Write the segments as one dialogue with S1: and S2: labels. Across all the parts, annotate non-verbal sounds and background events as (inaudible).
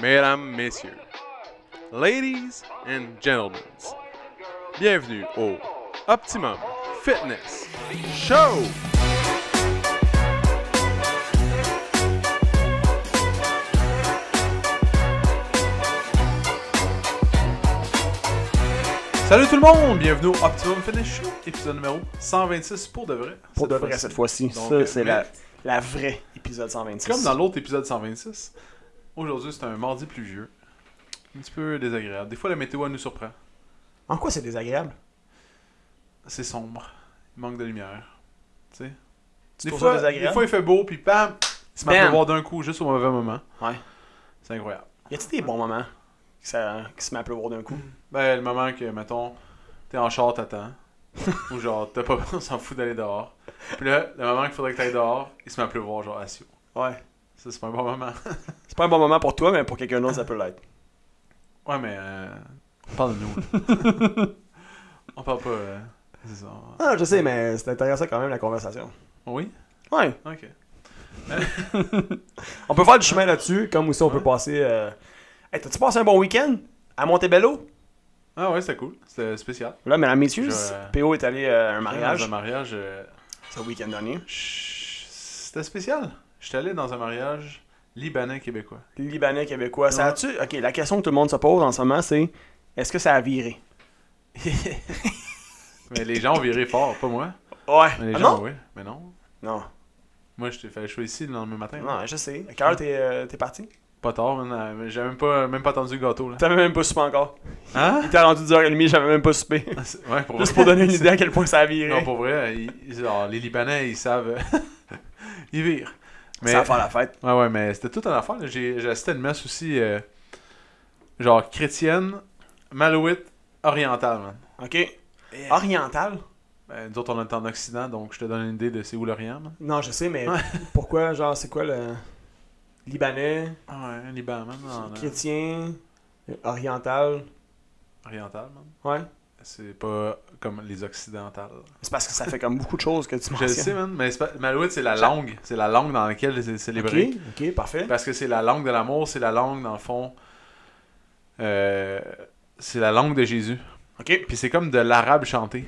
S1: mesdames, messieurs, ladies and gentlemen, bienvenue au Optimum Fitness Show! Salut tout le monde, bienvenue au Optimum Fitness Show, épisode numéro 126 pour de vrai.
S2: Pour de vrai
S1: fois-ci.
S2: cette fois-ci.
S1: Donc,
S2: Ça,
S1: euh,
S2: c'est
S1: mais-
S2: la, la vraie épisode 126.
S1: Comme dans l'autre épisode 126, aujourd'hui c'est un mardi pluvieux. Un petit peu désagréable. Des fois la météo elle nous surprend.
S2: En quoi c'est désagréable?
S1: C'est sombre. Il manque de lumière. Tu sais?
S2: Tu
S1: Des
S2: trouves
S1: fois,
S2: ça désagréable?
S1: des fois il fait beau puis bam! Il se met à
S2: Bam!
S1: pleuvoir d'un coup juste au mauvais moment.
S2: Ouais.
S1: C'est incroyable.
S2: Y a-t-il des bons moments qui, ça, qui se met à pleuvoir d'un coup?
S1: Ben le moment que mettons t'es en char
S2: (laughs)
S1: t'attends. ou genre t'as pas on s'en fout d'aller dehors. Puis là, le moment qu'il faudrait que t'ailles dehors, il se met à pleuvoir genre assis.
S2: Ouais.
S1: Ça c'est pas un bon moment.
S2: C'est pas un bon moment pour toi, mais pour quelqu'un d'autre, ça peut l'être.
S1: Ouais, mais. Euh... On parle
S2: (laughs)
S1: de nous. là. on parle pas. euh, c'est ça, on-
S2: Ah, je sais, mais c'est intéressant quand même la conversation.
S1: Oui?
S2: Ouais.
S1: Ok.
S2: On peut faire du chemin là-dessus, comme aussi on peut
S1: Ouais.
S2: passer. Euh... Hey, t'as-tu passé un bon week-end à Montebello?
S1: Ah ouais, c'était cool. C'était spécial.
S2: Là, mesdames, messieurs,
S1: Je-
S2: PO est allé euh, à un
S1: Dans un
S2: mariage.
S1: mariage. euh,
S2: C'est le week-end dernier.
S1: ch- C'était spécial. J'étais allé dans un mariage libanais-québécois.
S2: Libanais, québécois. Ça
S1: Ouais.
S2: a-tu. Ok, la question que tout le monde se pose en ce moment, c'est est-ce que ça a viré?
S1: Mais les gens ont viré fort, pas moi.
S2: Ouais.
S1: Mais les
S2: Ah,
S1: gens,
S2: non?
S1: oui. Mais non.
S2: Non.
S1: Moi, je t'ai fait choisir ici le lendemain matin.
S2: Non, je sais. À quelle heure t'es euh, t'es parti?
S1: Pas tard, man, euh, mais j'avais même pas, même pas attendu le gâteau, là.
S2: T'avais même pas soupé encore.
S1: Hein? (laughs)
S2: Il était rendu 10h30, j'avais même pas soupé.
S1: Ouais, pour vrai.
S2: Juste pour donner une idée à quel point ça a viré.
S1: Non, pour vrai, ils- ils- alors, les Libanais, ils savent. (laughs) ils virent. Mais...
S2: Ça va faire la fête.
S1: Ouais, ouais, mais c'était tout en affaire. là. J'ai j'ai assisté à une messe aussi, euh, genre chrétienne, malouite, orientale, man.
S2: OK. Oriental?
S1: Ben, nous autres, on est en Occident, donc je te donne une idée de c'est où l'Orient, man.
S2: Non, je sais, mais
S1: Ouais.
S2: pourquoi, genre, c'est quoi le... Libanais,
S1: Ah ouais, Liban, man. en, euh,
S2: chrétien, oriental,
S1: oriental, man.
S2: ouais.
S1: C'est pas comme les occidentales.
S2: C'est parce que ça fait comme beaucoup de choses que tu
S1: Je le sais,
S2: mentionnes.
S1: man, mais c'est pas- malouite, c'est la langue. C'est la langue dans laquelle c'est célébré.
S2: OK, OK, parfait.
S1: Parce que c'est la langue de l'amour, c'est la langue, dans le fond. euh, c'est la langue de Jésus.
S2: OK,
S1: Puis c'est comme de l'arabe chanté.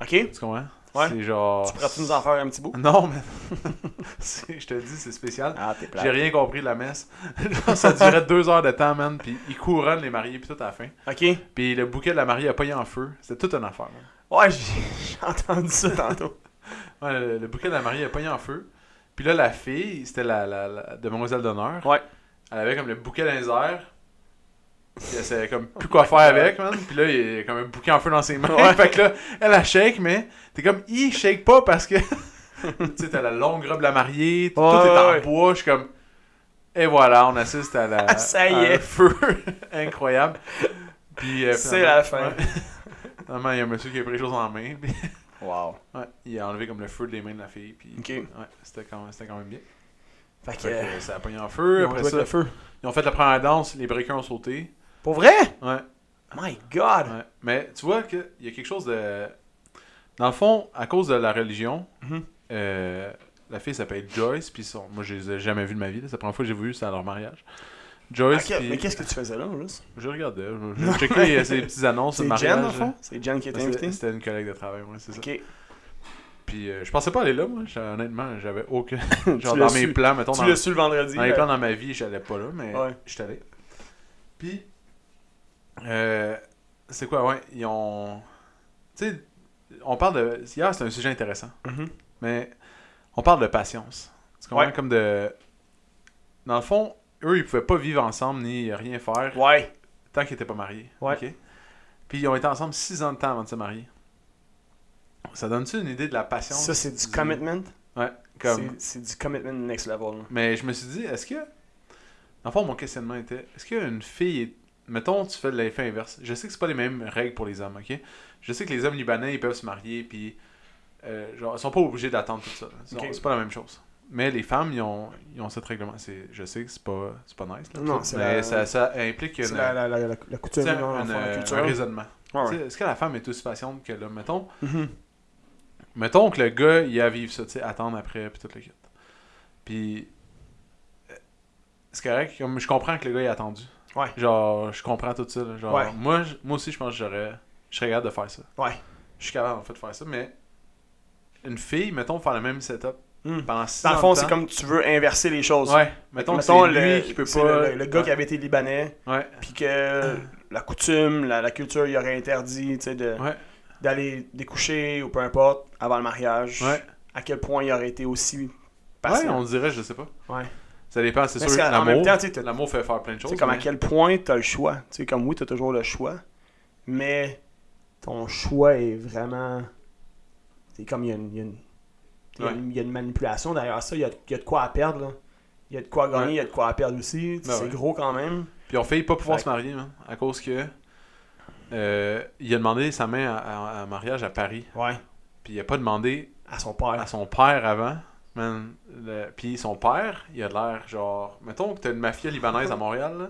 S2: OK. Tu
S1: Tu comprends?
S2: Ouais.
S1: C'est genre.
S2: pourrais-tu nous en faire un petit bout?
S1: Non, mais. (laughs) C'est- je te dis, c'est spécial.
S2: Ah, t'es
S1: J'ai
S2: plat.
S1: rien compris de la messe. (laughs) Genre, ça durait deux heures de temps, man. Puis ils couronnent les mariés, puis tout à la fin.
S2: OK.
S1: Puis le bouquet de la mariée a pogné en feu. C'était toute une affaire, man.
S2: Ouais, j'ai j'ai entendu ça tantôt.
S1: Ouais, le, le bouquet de la mariée a pogné en feu. Puis là, la fille, c'était la, la, la demoiselle d'honneur.
S2: Ouais.
S1: Elle avait comme le bouquet dans les airs. Puis elle savait comme plus quoi faire avec, man. Puis là, il y a comme un bouquet en feu dans ses mains. (laughs)
S2: Ouais.
S1: fait que là, elle a shake, mais t'es comme, il shake pas parce que. (laughs) tu sais, t'as la longue robe de la mariée, t- tout
S2: Ouais,
S1: est en
S2: ouais.
S1: bois. Je suis comme. Et voilà, on assiste à la.
S2: Ah, (laughs) ça y
S1: à
S2: est.
S1: un feu (laughs) incroyable. Puis. euh,
S2: C'est
S1: finalement-
S2: la fin.
S1: ouais. (laughs) Finalement, il y a un monsieur qui a pris les choses en main. Puis,
S2: Wow.
S1: ouais, il a enlevé comme le feu des mains de la fille. Puis.
S2: OK.
S1: Ouais, c'était quand, même- c'était quand même bien.
S2: Fait que...
S1: Fait que, ça a pogné en
S2: ils
S1: feu.
S2: ont
S1: Après
S2: joué
S1: ça,
S2: avec le feu.
S1: ils ont fait la première danse, les briquets ont sauté.
S2: Pour vrai?
S1: Ouais.
S2: My God!
S1: Ouais. Mais tu vois qu'il y a quelque chose de. Dans le fond, à cause de la religion,
S2: Mhm.
S1: euh, la fille s'appelle Joyce, puis son... moi je les ai jamais vus de ma vie, là. c'est la première fois que j'ai vu ça à leur mariage. Joyce,
S2: Ok,
S1: puis-
S2: Mais qu'est-ce que tu faisais là, en plus?
S1: je regardais, je, je checkais euh, ses
S2: (laughs)
S1: petites annonces de
S2: C'est
S1: mariage.
S2: Jen, en
S1: là.
S2: fond? C'est Jen qui était invitée?
S1: C'était c'était une collègue de travail, moi, c'est ça.
S2: Ok.
S1: Puis euh, je pensais pas aller là, moi, J'a- honnêtement, j'avais aucun. (coughs) Genre
S2: (laughs) Tu
S1: dans
S2: l'as
S1: mes
S2: su.
S1: plans, mettons,
S2: Tu
S1: dans-
S2: l'as su le vendredi?
S1: Dans les
S2: ben-
S1: plans dans ma vie, j'allais pas là, mais
S2: Ouais.
S1: j'étais allé. Puis, euh, c'est quoi, ouais, ils ont. Tu sais, on parle de. Hier, c'était un sujet intéressant,
S2: Mhm.
S1: mais on parle de patience. Tu comprends?
S2: Ouais.
S1: Comme de. Dans le fond, eux, ils pouvaient pas vivre ensemble ni rien faire
S2: Ouais.
S1: tant qu'ils étaient pas mariés.
S2: Ouais.
S1: ok? Puis, ils ont été ensemble 6 ans de temps avant de se marier. Ça donne-tu une idée de la patience?
S2: Ça, c'est du commitment.
S1: Ouais, comme.
S2: C'est c'est du commitment next level. là.
S1: Mais je me suis dit, est-ce que. Dans le fond, mon questionnement était est-ce qu'une fille. est- Mettons, tu fais l'effet inverse. Je sais que c'est pas les mêmes règles pour les hommes, ok Je sais que les hommes libanais, ils peuvent se marier, puis. euh, genre, ils sont pas obligés d'attendre tout ça. Ils ont-
S2: Ok.
S1: C'est pas la même chose. Mais les femmes, ils ont, ils ont cette règlement. C'est- Je sais que c'est pas, c'est pas nice. Là,
S2: Non,
S1: tout,
S2: c'est
S1: mais
S2: la-
S1: ça, ça implique une,
S2: C'est la, la, la, la, la
S1: tu
S2: coutume,
S1: sais,
S2: non,
S1: une-
S2: l'enfant, la
S1: un
S2: culture. Ah
S1: raisonnement.
S2: Ouais,
S1: Tu
S2: ouais.
S1: sais, Est-ce que la femme est aussi patiente que l'homme Mettons,
S2: Mhm.
S1: Mettons que le gars, il a à vivre ça, tu sais, attendre après, puis tout le kit. Puis, euh, est-ce c'est correct. Comme, je comprends que le gars il a attendu.
S2: Ouais.
S1: Genre, je comprends tout ça. là. Genre,
S2: Ouais.
S1: moi, je- moi aussi, je pense que j'aurais. Je serais capable de faire ça.
S2: Ouais.
S1: Je suis capable, en fait, de faire ça, mais. Une fille, mettons, faire le même setup
S2: Hmm.
S1: pendant
S2: Dans le fond, c'est
S1: comme
S2: comme tu veux inverser les choses.
S1: Ouais, mettons, que
S2: Mettons,
S1: c'est
S2: le,
S1: lui qui peut
S2: c'est
S1: pas.
S2: le- le- le gars qui avait été libanais,
S1: Ouais,
S2: puis que la coutume, la, la culture, il aurait interdit tu sais, de-
S1: ouais,
S2: d'aller découcher ou peu importe avant le mariage.
S1: ouais.
S2: À quel point il aurait été aussi
S1: Ouais,
S2: patient.
S1: on dirait, je sais pas.
S2: Ouais.
S1: Ça dépend, c'est
S2: Mais
S1: sûr.
S2: c'est- en même
S1: L'amour,
S2: temps, tu sais, t'as-
S1: l'amour fait faire plein de
S2: Tu
S1: choses.
S2: sais, comme à
S1: mais-
S2: quel point tu as le choix. Tu sais, comme oui, tu as toujours le choix, mais ton choix est vraiment. C'est comme il y a une, il y a une- il y a
S1: Ouais.
S2: une- il y a une manipulation derrière ça. Il y a, il y a de quoi à perdre. là. Il y a de quoi à gagner,
S1: Ouais.
S2: il y a de quoi à perdre aussi. Tu sais,
S1: Ben
S2: c'est
S1: ouais.
S2: gros quand même.
S1: Puis on fait pas pouvoir
S2: Fait-
S1: se marier, man, à cause que. euh, il a demandé sa main à, à- à un mariage à Paris.
S2: Ouais.
S1: Puis il a pas demandé
S2: À son père.
S1: à son père avant. Man, le- Puis son père, il a de l'air genre. Mettons que t'as une mafia libanaise à Montréal. là,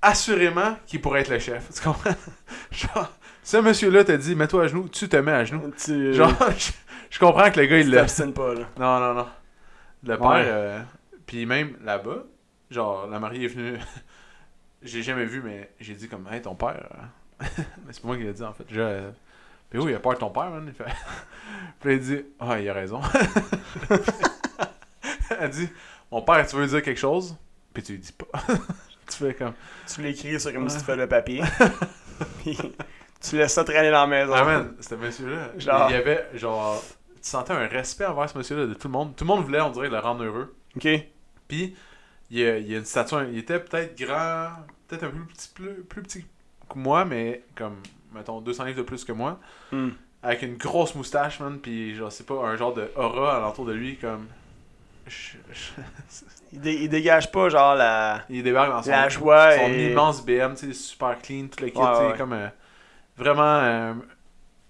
S1: assurément qu'il pourrait être le chef. Tu comprends? (laughs) genre, ce monsieur-là t'a dit, mets-toi à genoux, tu te mets à genoux.
S2: (laughs)
S1: (laughs)
S2: Tu
S1: Genre, je, je comprends que le gars,
S2: tu
S1: il l'a.
S2: t'abstines pas. Là.
S1: Non, non, non. Le père,
S2: Ouais.
S1: euh, puis même là-bas, genre, la mariée est venue. (laughs) j'ai jamais vu, mais j'ai dit comme, hey, ton père. euh. (laughs) mais c'est pas moi qui l'ai dit en fait. Je, euh, puis oui, il a peur de ton père, man. Il fait- (laughs) puis il dit, ah, il a raison. (laughs) Elle dit, mon père, tu veux lui dire quelque chose? Puis tu lui dis pas. (laughs) tu fais comme.
S2: Tu l'écris sur comme si tu fais
S1: (laughs)
S2: le papier. Puis tu laisses ça traîner dans la maison.
S1: Ah man, c'était monsieur-là.
S2: Genre-
S1: Il y avait, genre, tu sentais un respect envers ce monsieur-là de tout le monde. Tout le monde voulait, on dirait, le rendre heureux.
S2: Ok. Ouais.
S1: Puis, il y a, il y a une statue. Il était peut-être grand, peut-être un peu plus petit, plus, plus petit que moi, mais comme, mettons, 200 livres de plus que moi.
S2: Hmm.
S1: Avec une grosse moustache, man. Puis, genre, c'est pas un genre de aura alentour de lui, comme. je- je- (laughs)
S2: Il, dé- il dégage pas genre la,
S1: il débarque dans son,
S2: la joie
S1: son
S2: et.
S1: immense BM, tu sais, super clean, tout le kit,
S2: Ouais,
S1: tu sais,
S2: ouais.
S1: comme. euh, vraiment. euh,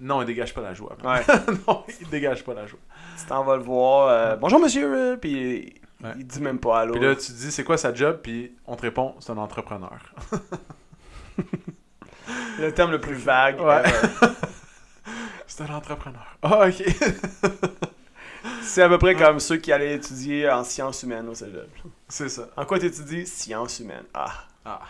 S1: non, il dégage pas la joie. man.
S2: Ouais.
S1: (laughs) non, il dégage pas la joie.
S2: Tu t'en vas le voir. euh, Bonjour monsieur, euh, puis il-
S1: Ouais.
S2: il dit même pas allô.
S1: Puis là, tu te dis, c'est quoi sa job? Puis on te répond, c'est un entrepreneur.
S2: Le terme le plus vague. euh,
S1: Ouais.
S2: ever.
S1: c'est un entrepreneur. Ah, ok. (laughs)
S2: C'est à peu près comme ceux qui allaient étudier en sciences humaines au cégep.
S1: c'est ça.
S2: En quoi t'étudies Sciences humaines. Ah,
S1: Ah.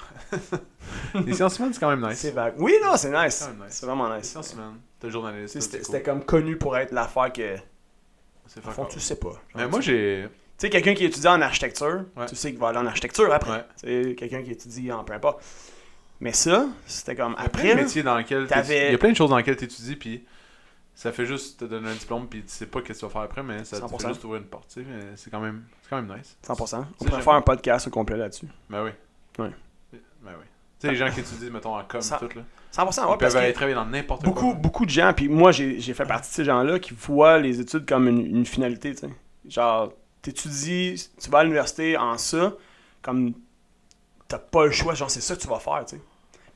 S1: les sciences humaines, c'est quand même nice.
S2: c'est vague. Oui, non, c'est
S1: C'est
S2: nice.
S1: quand même nice.
S2: C'est vraiment
S1: Les
S2: nice.
S1: sciences humaines, t'es le journaliste.
S2: Tu sais,
S1: t'as
S2: C'était
S1: le
S2: c'était
S1: cours.
S2: comme connu pour être l'affaire que.
S1: C'est
S2: Au
S1: fuck
S2: fond,
S1: all.
S2: tu sais pas.
S1: Mais moi, j'ai.
S2: Tu sais, quelqu'un qui étudie en architecture,
S1: Ouais.
S2: tu sais qu'il va aller en architecture après.
S1: Ouais.
S2: Tu sais, quelqu'un qui étudie en peu importe. Mais ça, c'était comme
S1: Après,
S2: après.
S1: le
S2: là,
S1: métier dans lequel. t'étudies-
S2: t'avais-
S1: Il y a plein de choses dans lesquelles t'étudies, puis ça fait juste te donner un diplôme, puis tu sais pas qu'est-ce que tu vas faire après, mais ça te
S2: 100%.
S1: fait juste ouvrir une porte, tu sais. mais C'est quand, même... c'est quand même nice.
S2: 100%. On
S1: Ça,
S2: pourrait
S1: j'aime.
S2: faire un podcast au complet là-dessus.
S1: Ben oui.
S2: Ouais.
S1: Ben oui. Tu sais, les gens qui étudient, mettons, en com,
S2: Ça-
S1: tout, là.
S2: 100%, ouais,
S1: Ils
S2: parce
S1: peuvent
S2: que-
S1: aller travailler dans n'importe quoi.
S2: beaucoup, beaucoup de gens, puis moi j'ai j'ai fait partie de ces gens-là qui voient les études comme une, une finalité. tu sais. Genre, t'étudies, tu vas à l'université en ça, comme t'as pas le choix, genre c'est ça que tu vas faire. tu sais.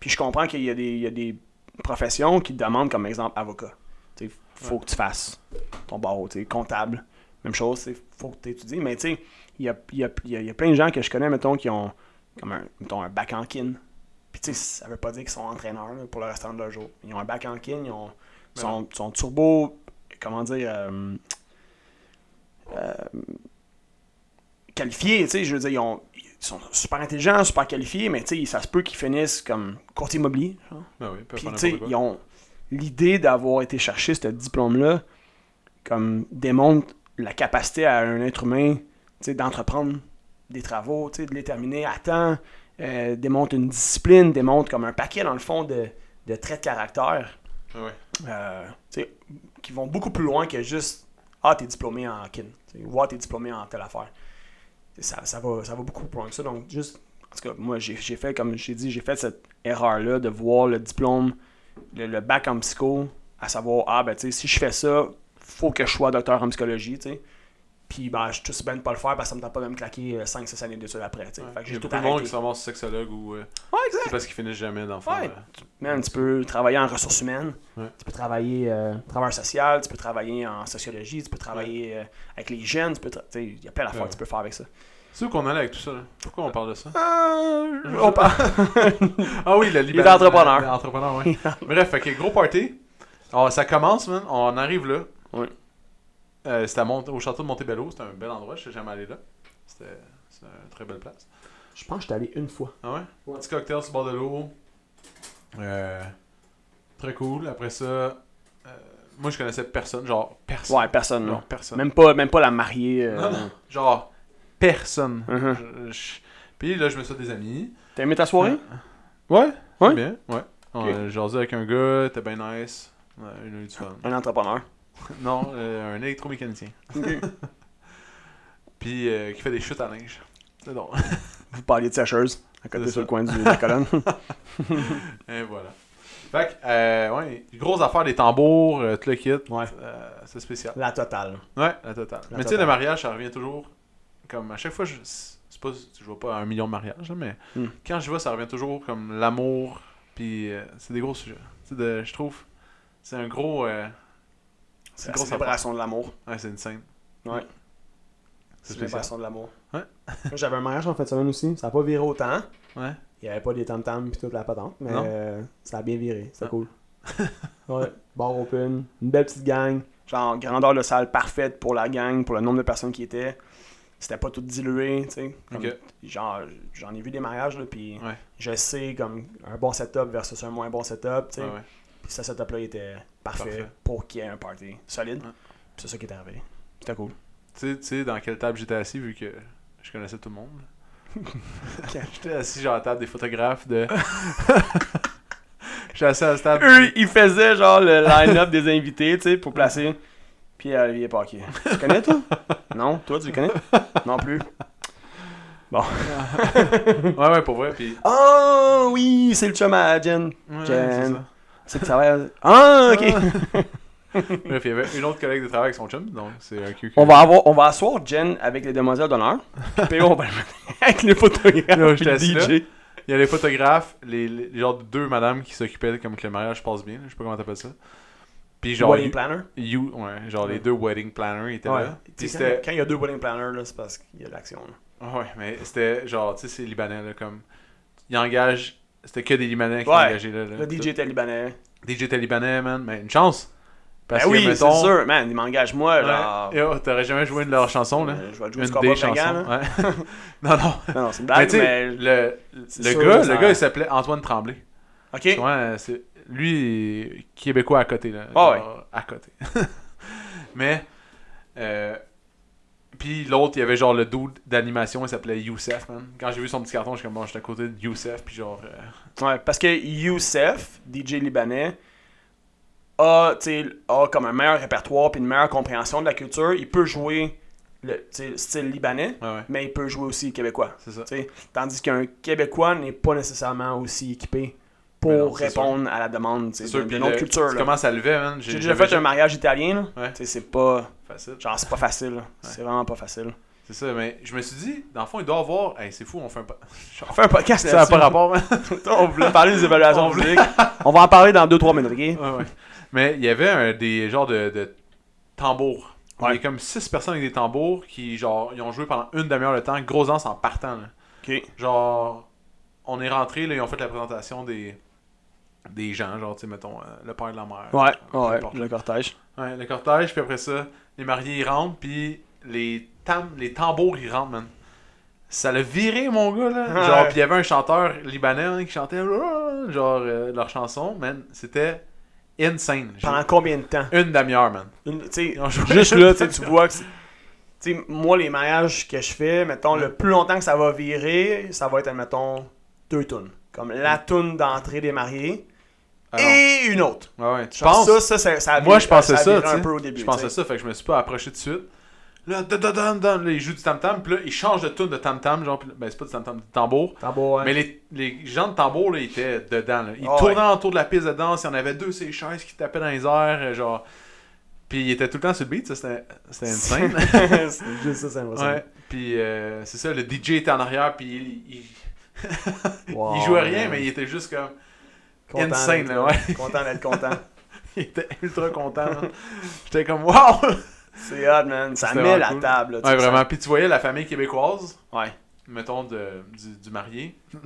S2: Puis je comprends qu'il y, a des- il y a des professions qui te demandent comme exemple avocat. Tu sais, faut que tu fasses ton barreau, tu sais, comptable, même chose, c'est faut que tu étudies. Mais tu sais, il y a, il y a- il y a- il y a plein de gens que je connais, mettons, qui ont comme un, mettons, un bac en kin. Puis tu sais, ça veut pas dire qu'ils sont entraîneurs là, pour le restant de leur jour. Ils ont un bac en kin, ils ont
S1: Ben
S2: son, son turbo, comment dire, euh, euh, qualifié, tu sais, je veux dire, ils, ont- ils sont super intelligents, super qualifiés, mais tu sais, ça se peut qu'ils finissent comme courtier immobilier, genre.
S1: Ben oui, ils peuvent
S2: Puis,
S1: faire
S2: tu sais,
S1: n'importe quoi.
S2: ils ont l'idée d'avoir été chercher ce diplôme-là, comme démontre la capacité à un être humain, tu sais, d'entreprendre des travaux, tu sais, de les terminer à temps, euh, démontre une discipline, démontre comme un paquet, dans le fond, de, de traits de caractère,
S1: Ben oui.
S2: euh, tu sais, qui vont beaucoup plus loin que juste Ah, t'es diplômé en kin, tu sais, ou Ah, t'es diplômé en telle affaire. Tu sais, Ça, ça, va, ça va beaucoup plus loin que ça. Donc, juste, en tout cas, moi, j'ai j'ai fait, comme j'ai dit, j'ai fait cette erreur-là de voir le diplôme, le, le bac en psycho, à savoir Ah, ben, tu sais, si je fais ça, faut que je sois docteur en psychologie, tu sais. Puis, ben, je suis tout aussi bien de pas le faire parce que ça me tente pas de me claquer 5-6 années d'études après, tu sais. Fait
S1: Il
S2: que
S1: y
S2: j'ai
S1: a
S2: tout
S1: beaucoup de monde
S2: arrêté.
S1: qui se ramasse sexologue ou. euh,
S2: Ouais, exact.
S1: C'est parce qu'ils finissent jamais d'enfants.
S2: Ouais.
S1: euh,
S2: Man, tu peux travailler en ressources humaines,
S1: Ouais.
S2: tu peux travailler euh, travailleur social, tu peux travailler en sociologie, tu peux travailler euh, avec les jeunes, tu peux tra- tu sais, il y a plein d'affaires
S1: Ouais.
S2: que tu peux faire avec ça.
S1: C'est où qu'on allait avec tout ça là? Pourquoi on
S2: Euh,
S1: parle de ça
S2: on parle-
S1: (laughs) Ah oui, le
S2: est
S1: libéral.
S2: entrepreneur.
S1: le- le entrepreneur, ouais. Bref, ok, gros party. Alors, ça commence, man. On arrive là.
S2: Ouais.
S1: Euh, c'était à Mont- au château de Montebello. C'était un bel endroit. Je suis jamais allé là. C'était c'est une très belle place.
S2: Je pense que j'étais allé une fois.
S1: Ah ouais?
S2: Ouais.
S1: Petit cocktail sur le bord de l'eau. Euh, très cool. Après ça, euh, moi je connaissais personne. Genre personne.
S2: Ouais, personne,
S1: Genre
S2: non.
S1: personne.
S2: Même pas, même pas la mariée. euh,
S1: Non, non. Genre personne.
S2: Mhm.
S1: Je- je- Puis là, je me suis fait des amis.
S2: T'as aimé ta soirée?
S1: Ouais?
S2: Ouais?
S1: c'est Bien, ouais. On a jasé avec un gars, t'es bien nice. Ouais, une heure du fun.
S2: Un entrepreneur.
S1: non, euh, un électromécanicien. Puis euh, qui fait des chutes à linge. C'est drôle.
S2: Vous parliez de sécheuse, à côté
S1: C'est
S2: sur le
S1: ça.
S2: coin du, de la colonne.
S1: (laughs) Et voilà. Fait que, euh, ouais, grosse affaire des tambours, euh, tout le kit.
S2: Ouais.
S1: Euh, c'est spécial.
S2: (laughs) La totale.
S1: Ouais, la totale.
S2: La
S1: mais tu sais,
S2: totale.
S1: le mariage, ça revient toujours. Comme à chaque fois, je, c'est pas, je vois pas un million de mariages, là, mais
S2: Hmm.
S1: quand je vois, ça revient toujours comme l'amour. Puis euh, c'est des gros sujets. Tu sais, de- je trouve. C'est un gros. euh, une
S2: C'est une
S1: grosse
S2: grosse célébration de l'amour.
S1: ouais, c'est une scène. C'est
S2: Ouais. Hmm. C'est une
S1: spécial.
S2: célébration de l'amour.
S1: Ouais.
S2: Moi, j'avais un mariage en fin de semaine aussi. Ça a pas viré autant.
S1: Ouais.
S2: Il y avait pas des tam-tams pis toute la patente, mais
S1: Non.
S2: euh, ça a bien viré. C'était
S1: Ah. (laughs)
S2: cool. ouais. Bar open. Une belle petite gang. Genre, grandeur de salle parfaite pour la gang, pour le nombre de personnes qui étaient. C'était pas tout dilué, tu sais. Comme,
S1: Ok.
S2: Genre, j'en ai vu des mariages, là, puis
S1: Ouais.
S2: je sais comme un bon setup versus un moins bon setup, tu sais.
S1: Ouais, ouais.
S2: Puis ce setup-là il était parfait,
S1: Parfait.
S2: pour qu'il y ait un party solide.
S1: Ouais.
S2: Puis c'est ça qui est arrivé. C'était
S1: (laughs)
S2: cool.
S1: Tu sais- tu sais, dans quelle table j'étais assis, vu que je connaissais tout le monde. Quand j'étais assis, genre à la table des photographes
S2: (laughs)
S1: de. j'étais assis à la table.
S2: Eux, ils faisaient genre le line-up des invités, tu sais, pour placer. Puis euh, Olivier Paquet. Tu connais, toi Non, toi, tu le connais Non plus.
S1: Ouais, ouais, pour vrai. Puis.
S2: Oh oui, c'est le chum à Jen.
S1: Ouais,
S2: Jen.
S1: c'est ça.
S2: C'est que ça va. Ah, ok.
S1: Bref, il y avait une autre collègue de travail avec son chum, donc c'est un QQ.
S2: On va, avoir, on va asseoir Jen avec les demoiselles d'honneur. PO, on va le mettre avec les
S1: Là, j'étais
S2: photographes. puis le
S1: assis là.
S2: DJ.
S1: Il y a les photographes, les, les- les genres de deux madames qui s'occupaient comme que le mariage passe bien, je sais pas comment t'appelles ça. Puis genre,
S2: Wedding planner.
S1: you- you- ouais, genre les deux wedding planners ils étaient
S2: Ouais.
S1: là.
S2: Tu
S1: Puis
S2: sais, Quand
S1: c'était.
S2: quand il y a deux wedding planners, là, c'est parce qu'il y a de l'action. là.
S1: Ah Ouais, mais c'était genre, tu sais, c'est libanais là, comme. Ils engagent. C'était que des libanais qui
S2: Ouais.
S1: engageaient là. là
S2: Le DJ était libanais.
S1: DJ était libanais, man, mais une chance. Parce
S2: Ben
S1: que,
S2: oui, c'est
S1: mettons,
S2: sûr, man, il m'engage moi,
S1: ouais,
S2: genre. Euh,
S1: et oh, t'aurais jamais joué une de leurs chansons, là.
S2: Je vais le jouer
S1: Une
S2: au
S1: des
S2: scoreboard
S1: chansons.
S2: Sagan, là.
S1: ouais. (laughs) non, non.
S2: Non, non, c'est une
S1: mais
S2: blague,
S1: tu sais,
S2: mais.
S1: le,
S2: c'est
S1: le
S2: sûr
S1: gars,
S2: que ça-
S1: le gars, il s'appelait Antoine Tremblay.
S2: Ok.
S1: Ouais, euh, c'est lui il est québécois à côté là,
S2: Ah
S1: Genre, à côté. (laughs) Mais euh, puis l'autre, il y avait genre le dude d'animation, il s'appelait Youssef, man. Quand j'ai vu son petit carton, j'étais comme bon, j'étais à côté de Youssef puis genre euh,
S2: Ouais, parce que Youssef, DJ libanais, a, tu sais, a comme un meilleur répertoire puis une meilleure compréhension de la culture. Il peut jouer le tu sais, le style libanais,
S1: ouais ouais,
S2: mais il peut jouer aussi québécois.
S1: c'est ça.
S2: tu sais. Tandis qu'un Québécois n'est pas nécessairement aussi équipé pour
S1: Mais non, c'est
S2: répondre à la demande tu
S1: C'est
S2: sais,
S1: sûr puis
S2: d'une
S1: le-
S2: autre culture.
S1: tu
S2: là.
S1: Comment ça levait, man
S2: J'ai déjà fait un mariage italien, là.
S1: Ouais.
S2: Tu sais, c'est pas.
S1: facile.
S2: Genre, c'est pas facile. là. C'est vraiment pas facile.
S1: C'est ça, mais je me suis dit dans le fond, il doit avoir hey, c'est fou, on fait un po- (laughs)
S2: On
S1: genre,
S2: fait un podcast
S1: ça n'a
S2: là-dessus.
S1: pas rapport, man.
S2: (laughs) On voulait parler des évaluations
S1: On voulait-
S2: publiques. On va en parler dans 2-3 minutes, ok?
S1: Ouais, ouais. Mais il y avait un- des genres de, de tambours.
S2: Ouais.
S1: Il y a comme six personnes avec des tambours qui, genre, ils ont joué pendant une demi-heure de temps, gros anse en partant. là.
S2: Ok.
S1: Genre, on est rentré, là, ils ont fait la présentation des, des gens, genre, tu sais, mettons, euh, le père de la mère.
S2: Ouais,
S1: peu
S2: ouais,
S1: importe.
S2: le cortège.
S1: Ouais, le cortège, puis après ça, les mariés, ils rentrent, puis les, tam les tambours, ils rentrent, man. Ça l'a viré, mon gars, là.
S2: Ouais.
S1: Genre, puis il y avait un chanteur libanais hein, qui chantait, ah, genre, euh, leur chanson, man. C'était insane. J'ai-
S2: Pendant combien de temps?
S1: une demi-heure, man.
S2: Une- tu sais,
S1: Ils ont joué.
S2: juste là, tu sais, tu vois que c'est- tu sais, moi, les mariages que je fais, mettons, le plus longtemps que ça va virer, ça va être, admettons, deux tunes. Comme la tune d'entrée des mariés
S1: Mm. Alors,
S2: et une autre.
S1: Ah ouais, ouais, tu
S2: Genre
S1: penses-
S2: ça, ça, ça, ça a
S1: Moi,
S2: viré-
S1: je pensais
S2: a
S1: ça,
S2: viré
S1: tu sais.
S2: un peu au début.
S1: Je pensais
S2: tu sais.
S1: ça, fait que je me suis pas approché tout de suite. Là, da, da, da, da, là, ils jouent du tam-tam, puis là, ils changent de tune de tam-tam, genre, puis là- ben c'est pas du tam-tam, du tambour.
S2: Tambour, Ah, ouais.
S1: Mais les, les gens de tambour, là, ils étaient dedans, là. Ils
S2: Ah
S1: tournaient
S2: ouais.
S1: autour de la piste de danse, il y en avait deux, ces chaises qui tapaient dans les airs, euh, genre. Puis ils étaient tout le temps sur le beat, ça, c'était c'était
S2: (laughs)
S1: insane.
S2: C'est juste ça, c'est impressionnant.
S1: ouais. Puis euh, c'est ça, le DJ était en arrière, puis il, il,
S2: Wow,
S1: il jouait rien,
S2: man.
S1: mais il était juste comme. (laughs)
S2: Content
S1: insane,
S2: d'être
S1: là, ouais.
S2: Content d'être content.
S1: Il était ultra content, man. J'étais comme, (laughs) waouh!
S2: C'est hot,
S1: (laughs)
S2: man. Ça
S1: C'était
S2: met
S1: vraiment
S2: la
S1: cool.
S2: table. là, tu
S1: Ouais,
S2: sais, ça-
S1: vraiment. Puis tu voyais la famille québécoise,
S2: Ouais.
S1: mettons, de, du, du marié. (laughs)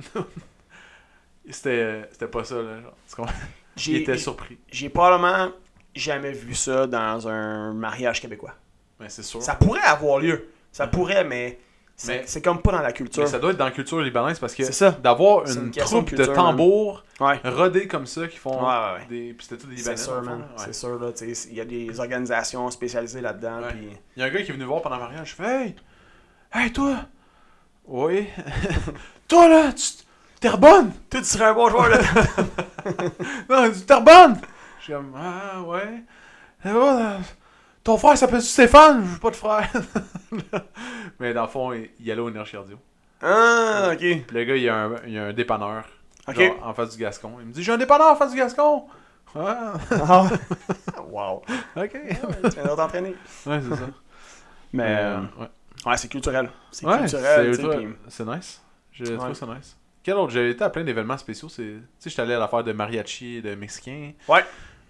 S1: c'était, c'était pas ça, là. Genre. Tu comprends? Il
S2: J'ai-
S1: était surpris.
S2: J'ai probablement jamais vu ça dans un mariage québécois.
S1: Mais Ben, c'est sûr.
S2: Ça pourrait avoir lieu. Ça pourrait, mais C'est
S1: Mhm. Mais-
S2: c'est comme pas dans la culture.
S1: Mais ça doit être dans la culture libanaise parce que
S2: C'est ça.
S1: d'avoir
S2: C'est
S1: une,
S2: une question de
S1: troupe de,
S2: culture,
S1: tambours
S2: Ouais.
S1: rodés comme ça qui font
S2: Ouais, ouais, ouais.
S1: des. Puis c'était tous des Libanais.
S2: C'est sûr,
S1: dans le
S2: man.
S1: fond, là. Ouais.
S2: C'est sûr, là. tu sais, Il y a des organisations spécialisées là-dedans.
S1: Ouais.
S2: puis-
S1: Il y a un gars qui est venu voir pendant le mariage. Je fais Hey, hey, toi Oui. (laughs) toi là, tu t'es rebonne
S2: Toi, tu serais un bon joueur, là.
S1: (laughs) Non, tu t'es rebonne Je suis comme Ah, ouais. Ça va, euh, ton frère s'appelle Stéphane Je veux pas de frère. (laughs) Mais dans le fond, il, il allait au Nerf Cardio.
S2: ah, ok.
S1: Puis le gars, il y a un, il y a un dépanneur.
S2: Ok.
S1: genre, en face du Gascon. Il me dit J'ai un dépanneur en face du Gascon Ah,
S2: Ah. (laughs) wow.
S1: ok.
S2: Tu viens de t'entraîner.
S1: Ouais, c'est ça.
S2: Mais,
S1: Euh, ouais.
S2: ouais, c'est culturel. C'est
S1: Ouais,
S2: culturel,
S1: c'est
S2: tu sais,
S1: ultra-
S2: puis-
S1: C'est nice. Je
S2: Ouais.
S1: trouve ça nice. Quel autre J'ai été à plein d'événements spéciaux. c'est- Tu sais, j'étais allé à l'affaire de mariachi et de mexicain.
S2: Ouais.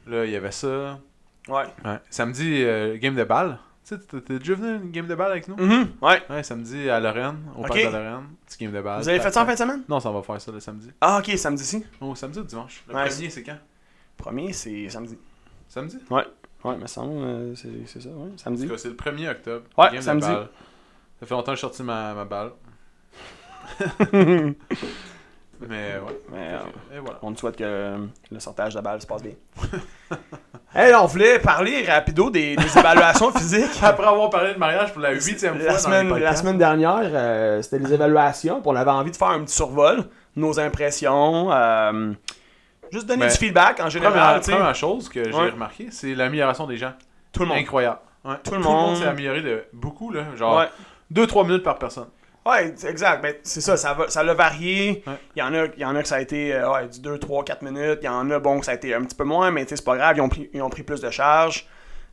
S1: Là, il y avait ça.
S2: Ouais.
S1: Ouais. Samedi, euh, game de balle. Tu sais, t'es- t'es déjà venu à une game de balle avec nous
S2: Mhm, Ouais.
S1: Ouais, samedi à Lorraine, au
S2: Ok.
S1: parc de Lorraine. Petit game de balle.
S2: Vous avez fait ça en fin de semaine?
S1: Non, ça on va faire ça le samedi.
S2: Ah, ok, samedi si.
S1: Oh, samedi ou dimanche Le
S2: Ouais.
S1: premier, c'est quand
S2: Premier, c'est samedi.
S1: Samedi
S2: Ouais, mais semble, euh, c'est c'est ça, ouais.
S1: En
S2: Samedi.
S1: tout cas, c'est le 1er octobre.
S2: Ouais,
S1: game
S2: samedi.
S1: De balle. Ça fait longtemps que j'ai sorti ma, ma balle.
S2: Mais,
S1: Mais ouais.
S2: euh,
S1: Et voilà.
S2: on te souhaite que euh, le sortage de balle se passe bien. (laughs) hey, on voulait parler rapido des, des évaluations (laughs) physiques.
S1: Après avoir parlé de mariage pour la huitième fois
S2: La semaine,
S1: dans les
S2: la
S1: podcasts.
S2: semaine dernière, euh, c'était les évaluations, puis on avait envie de faire un petit survol, nos impressions, euh, juste donner
S1: Ben,
S2: du feedback en général.
S1: Première,
S2: tu sais.
S1: première chose que j'ai
S2: Ouais.
S1: remarqué, c'est l'amélioration des gens.
S2: Tout le monde.
S1: Incroyable. Ouais.
S2: Tout le monde.
S1: s'est amélioré de beaucoup, là. Genre
S2: Ouais.
S1: 2-3 minutes par personne.
S2: Ouais, c'est exact. Ben, c'est ça, ça, va, ça l'a varié.
S1: Ouais.
S2: Il, y en a, il y en a que ça a été euh, ouais, du 2, 3, 4 minutes. Il y en a, bon, que ça a été un petit peu moins, mais tu sais, c'est pas grave, ils ont pris, ils ont pris plus de charge.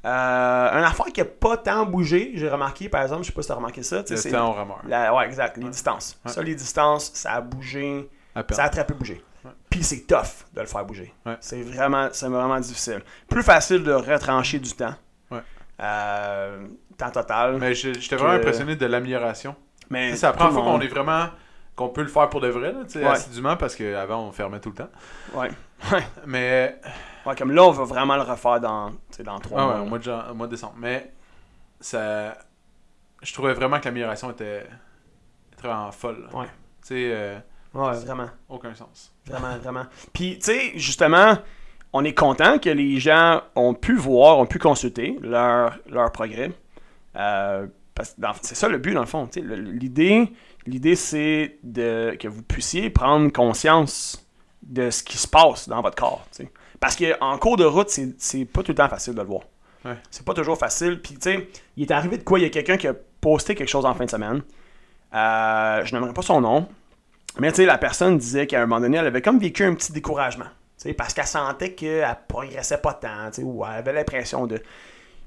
S2: Euh, un affaire qui a pas tant bougé, j'ai remarqué, par exemple, je sais pas si t'as remarqué ça, tu sais,
S1: Le
S2: c'est
S1: temps au rameur.
S2: la- ouais, exact, les distances.
S1: Ouais.
S2: Ça, les distances, ça a bougé,
S1: À peine.
S2: ça a très peu bougé.
S1: Ouais.
S2: Puis c'est tough de le faire bouger.
S1: Ouais.
S2: C'est vraiment, c'est vraiment difficile. Plus facile de retrancher du temps.
S1: Ouais.
S2: Euh, temps total. Mais,
S1: Mais je- j'étais vraiment
S2: Que-
S1: impressionné de l'amélioration. Tu sais, C'est la première
S2: tout
S1: fois
S2: le
S1: qu'on
S2: monde-
S1: est vraiment. qu'on peut le faire pour de vrai, là, tu sais,
S2: Ouais.
S1: assidûment, parce qu'avant on fermait tout le temps.
S2: Ouais.
S1: Mais.
S2: Ouais, comme là, on va vraiment le refaire dans, tu sais, dans
S1: ah
S2: trois
S1: ouais,
S2: mois.
S1: au mois de, jan- au mois de décembre. Mais. ça. Je trouvais vraiment que l'amélioration était. était en folle.
S2: Ouais.
S1: Tu sais, euh,
S2: Ouais, vraiment.
S1: aucun sens.
S2: Vraiment, vraiment. Puis, tu sais, justement, on est content que les gens ont pu voir, ont pu consulter leur, leur progrès. Euh, parce que dans- c'est ça le but, dans le fond. tu sais. Le- L'idée, l'idée c'est de, que vous puissiez prendre conscience de ce qui se passe dans votre corps. tu sais. Parce qu'en cours de route, c'est, c'est pas tout le temps facile de le voir.
S1: Ouais.
S2: C'est pas toujours facile. Puis, tu sais, il est arrivé de quoi Il y a quelqu'un qui a posté quelque chose en fin de semaine. Euh, je n'aimerais pas son nom. Mais tu sais, la personne disait qu'à un moment donné, elle avait comme vécu un petit découragement. tu sais, Parce qu'elle sentait qu'elle progressait pas tant, tu sais, ou elle avait l'impression de.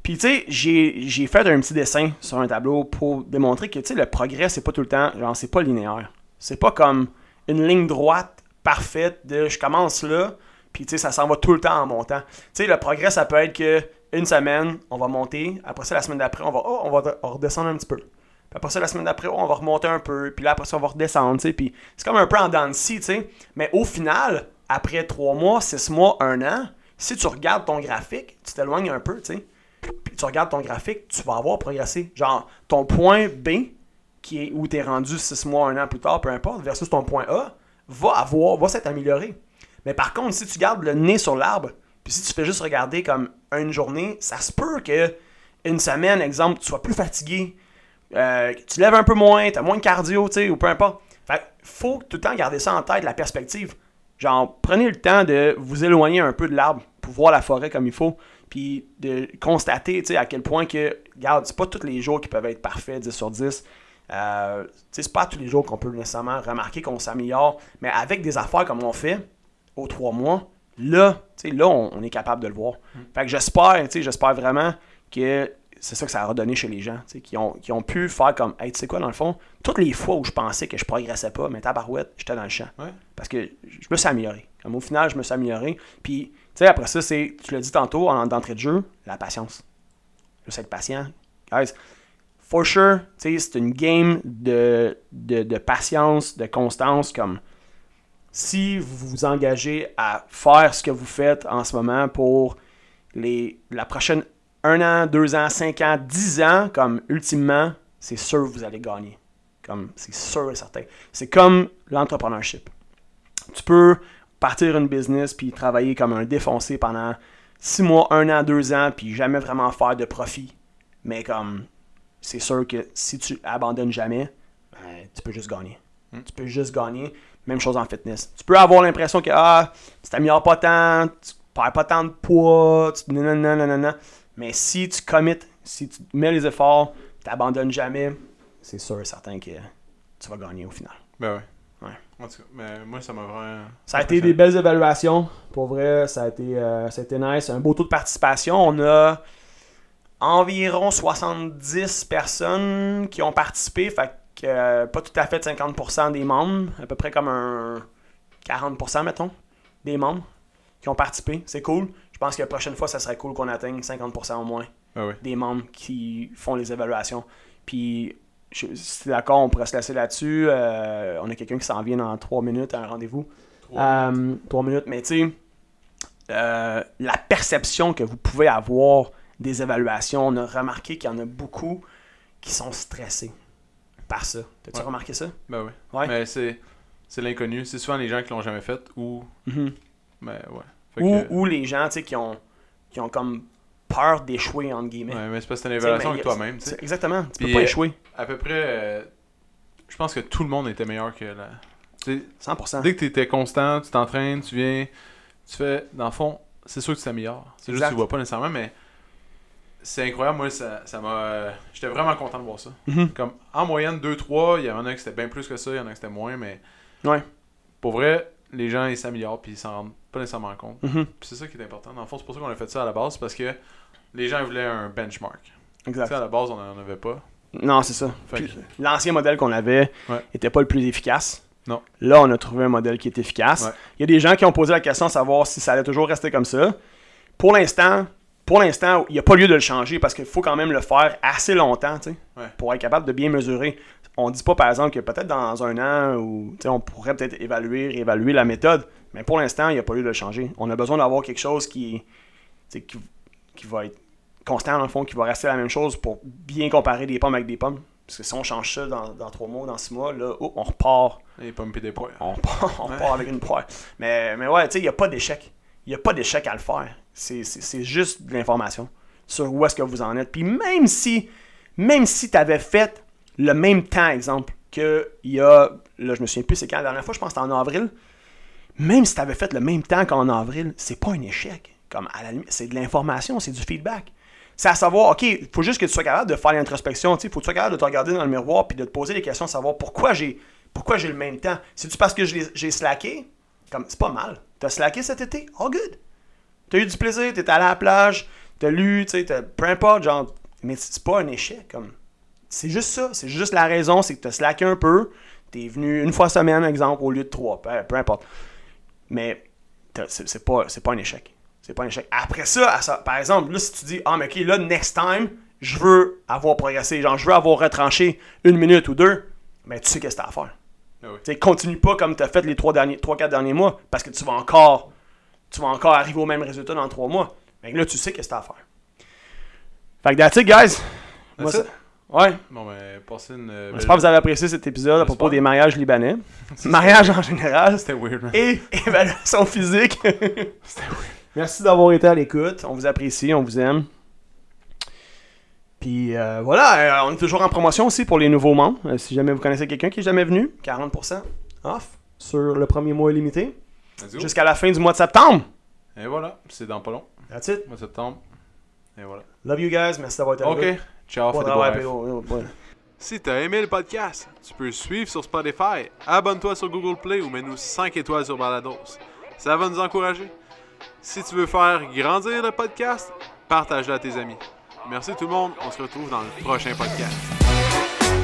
S2: Puis tu sais, j'ai j'ai fait un petit dessin sur un tableau pour démontrer que tu sais, le progrès, c'est pas tout le temps, genre, c'est pas linéaire. C'est pas comme une ligne droite parfaite de je commence là, puis tu sais, ça s'en va tout le temps en montant. Tu sais, le progrès, ça peut être que une semaine, on va monter, après ça, la semaine d'après, on va, oh, on va on va redescendre un petit peu. Puis après ça, la semaine d'après, on va remonter un peu. Puis là, après ça, on va redescendre. tu sais. Puis c'est comme un peu en dents de scie, tu sais. Mais au final, après 3 mois, 6 mois, 1 an, si tu regardes ton graphique, tu t'éloignes un peu, tu sais. Puis tu regardes ton graphique, tu vas avoir progressé. Genre, ton point B, qui est où tu es rendu 6 mois, 1 an plus tard, peu importe, versus ton point A, va avoir, va s'être amélioré. Mais par contre, si tu gardes le nez sur l'arbre, puis si tu fais juste regarder comme une journée, ça se peut que une semaine, exemple, tu sois plus fatigué, euh, tu lèves un peu moins, t'as moins de cardio, tu sais, ou peu importe. Fait que faut tout le temps garder ça en tête, la perspective. Genre, prenez le temps de vous éloigner un peu de l'arbre pour voir la forêt comme il faut, puis de constater, tu sais, à quel point que, regarde, c'est pas tous les jours qui peuvent être parfaits, 10 sur 10. Euh, tu sais, c'est pas tous les jours qu'on peut nécessairement remarquer qu'on s'améliore, mais avec des affaires comme on fait, aux trois mois, là, tu sais, là, on, on est capable de le voir. Fait que j'espère, tu sais, j'espère vraiment que c'est ça que ça a redonné chez les gens, tu sais, qui ont, qui ont pu faire comme, hey, tu sais quoi, dans le fond, toutes les fois où je pensais que je progressais pas, mais tabarouette, j'étais dans le champ.
S1: Ouais.
S2: Parce que je me suis amélioré. Comme au final, je me suis amélioré. Puis, tu sais, après ça, c'est, tu l'as dit tantôt, en d'entrée de jeu, la patience. Juste être patient. Guys, for sure, tu sais, c'est une game de, de, de patience, de constance, comme si vous vous engagez à faire ce que vous faites en ce moment pour les, la prochaine 1 an, 2 ans, 5 ans, 10 ans, comme ultimement, c'est sûr que vous allez gagner. Comme, c'est sûr et certain. C'est comme l'entrepreneurship. Tu peux partir une business puis travailler comme un défoncé pendant 6 mois, 1 an, 2 ans, puis jamais vraiment faire de profit. Mais comme, c'est sûr que si tu abandonnes jamais, ben, tu peux juste gagner.
S1: Mm.
S2: Tu peux juste gagner. Même chose en fitness. Tu peux avoir l'impression que ah, tu t'améliores pas tant, tu perds pas tant de poids, tu... nan, nan, nan, nan, nan. mais si tu commits, si tu mets les efforts, tu n'abandonnes jamais, c'est sûr et certain que tu vas gagner au final.
S1: Ben ouais.
S2: Ouais.
S1: En tout cas, mais moi, ça m'a vraiment.
S2: Ça a été des belles évaluations. Pour vrai, ça a été, euh, ça a été nice. Un beau taux de participation. On a environ 70 personnes qui ont participé. Fait que euh, pas tout à fait 50% des membres. À peu près comme un 40%, mettons, des membres qui ont participé. C'est cool. Je pense que la prochaine fois, ça serait cool qu'on atteigne 50% au moins
S1: Ben ouais.
S2: des membres qui font les évaluations. Puis, je, si t'es d'accord, on pourrait se laisser là-dessus. Euh, on a quelqu'un qui s'en vient dans trois minutes à un rendez-vous. Euh, Trois minutes. Mais tu sais, euh, la perception que vous pouvez avoir des évaluations, on a remarqué qu'il y en a beaucoup qui sont stressés par ça. T'as-tu
S1: Ouais.
S2: remarqué ça?
S1: Ben ouais.
S2: Ouais.
S1: Mais c'est, c'est l'inconnu. C'est souvent les gens qui l'ont jamais fait ou. Ben ouais. Fait
S2: Ou,
S1: que-
S2: ou les gens, tu sais, qui ont, qui ont comme peur d'échouer, entre guillemets.
S1: Ouais, mais c'est parce que c'est une
S2: Tu sais,
S1: évaluation
S2: mais
S1: avec
S2: y a-
S1: toi-même. tu sais.
S2: c'est- Exactement, tu
S1: Puis,
S2: peux pas
S1: euh,
S2: échouer,
S1: À peu près, euh, je pense que tout le monde était meilleur que la. tu sais,
S2: 100%.
S1: Dès que tu étais constant, tu t'entraînes, tu viens, tu fais, dans le fond, c'est sûr que tu t'améliores. C'est juste que
S2: Exact.
S1: tu le vois pas nécessairement, mais c'est incroyable. Moi, ça, ça m'a. euh, J'étais vraiment content de voir ça.
S2: Mhm.
S1: Comme en moyenne, 2-3, il y en a qui c'était bien plus que ça, il y en a qui c'était moins, mais.
S2: Ouais.
S1: Pour vrai, les gens, ils s'améliorent puis ils s'en rendent pas nécessairement compte.
S2: Mhm.
S1: Puis c'est ça qui est important. Dans le fond, c'est pour ça qu'on a fait ça à la base, c'est parce que les gens ils voulaient un benchmark. Tu
S2: Exact.
S1: sais, à la base, on en avait pas.
S2: Non, c'est ça.
S1: Fait
S2: Puis,
S1: que-
S2: L'ancien modèle qu'on avait
S1: Ouais.
S2: était pas le plus efficace.
S1: Non.
S2: Là, on a trouvé un modèle qui est efficace.
S1: Ouais.
S2: Il y a des gens qui ont posé la question de savoir si ça allait toujours rester comme ça. Pour l'instant, pour l'instant, il n'y a pas lieu de le changer parce qu'il faut quand même le faire assez longtemps, tu sais,
S1: Ouais.
S2: pour être capable de bien mesurer. On dit pas, par exemple, que peut-être dans un an, ou tu sais, on pourrait peut-être évaluer, réévaluer la méthode, mais pour l'instant, il n'y a pas lieu de le changer. On a besoin d'avoir quelque chose qui, tu sais, qui, qui va être constant, dans le fond, qui va rester la même chose pour bien comparer des pommes avec des pommes. Parce que si on change ça dans, dans trois mois, dans six mois, là, oh, on repart (laughs)
S1: Les pommes pis des poils.
S2: on part, on
S1: Ouais.
S2: part avec une poire. Mais, mais ouais, tu sais, il n'y a pas d'échec. Il n'y a pas d'échec à le faire. C'est- C'est c'est juste de l'information sur où est-ce que vous en êtes. Puis même si, même si tu avais fait le même temps, exemple, que il y a, là, je me souviens plus, c'est quand la dernière fois, je pense que c'était en avril. Même si tu avais fait le même temps qu'en avril, c'est pas un échec. Comme à la limite, c'est de l'information, c'est du feedback. C'est à savoir, OK, il faut juste que tu sois capable de faire l'introspection, il faut que tu sois capable de te regarder dans le miroir puis de te poser des questions, savoir pourquoi j'ai pourquoi j'ai le même temps. C'est-tu parce que je l'ai- j'ai slacké? Comme, c'est pas mal. T'as slacké cet été? All good. T'as eu du plaisir, t'es allé à la plage, t'as lu, tu sais, t'as- peu importe, genre, mais c'est pas un échec, comme. C'est juste ça, c'est juste la raison, c'est que t'as slacké un peu, t'es venu une fois semaine, exemple, au lieu de trois, peu, peu importe. Mais t'as- c'est c'est pas, c'est pas un échec. C'est pas un échec. Après ça, à ça- par exemple, là, si tu dis, ah, mais ok, là, next time, je veux avoir progressé, genre, je veux avoir retranché une minute ou deux, mais tu sais qu'est-ce que t'as à faire.
S1: Ah oui.
S2: Tu sais, continue pas comme tu as fait les 3 derniers 3 4 derniers mois parce que tu vas encore tu vas encore arriver au même résultat dans 3 mois. Mais là tu sais qu'est-ce que t'as à faire. Fait que that's it guys. Moi,
S1: That's
S2: ça- Ouais,
S1: Bon, ben, passez une. euh,
S2: j'espère que vous avez apprécié cet épisode à propos
S1: J'espère.
S2: des mariages libanais,
S1: (laughs) C'est-
S2: mariage en général
S1: C'était weird, man.
S2: et (laughs) évaluation physique. Merci d'avoir été à l'écoute, on vous apprécie, on vous aime. Puis euh, voilà, euh, on est toujours en promotion aussi pour les nouveaux membres. Euh, si jamais vous connaissez quelqu'un qui est jamais venu, 40% off sur le premier mois illimité
S1: Let's go.
S2: jusqu'à la fin du mois de septembre.
S1: Et voilà, c'est dans pas long.
S2: That's it.
S1: Mois de septembre. Et voilà.
S2: Love you guys. Merci d'avoir été
S1: Ok,
S2: avec
S1: ciao,
S2: nous.
S1: fais
S2: Bon
S1: des
S2: travail,
S1: bons rêves.
S2: Pedro. Ouais.
S1: Si t'as aimé le podcast, tu peux le suivre sur Spotify, abonne-toi sur Google Play ou mets-nous 5 étoiles sur Balados. Ça va nous encourager. Si tu veux faire grandir le podcast, partage-le à tes amis. Merci tout le monde, on se retrouve dans le prochain podcast.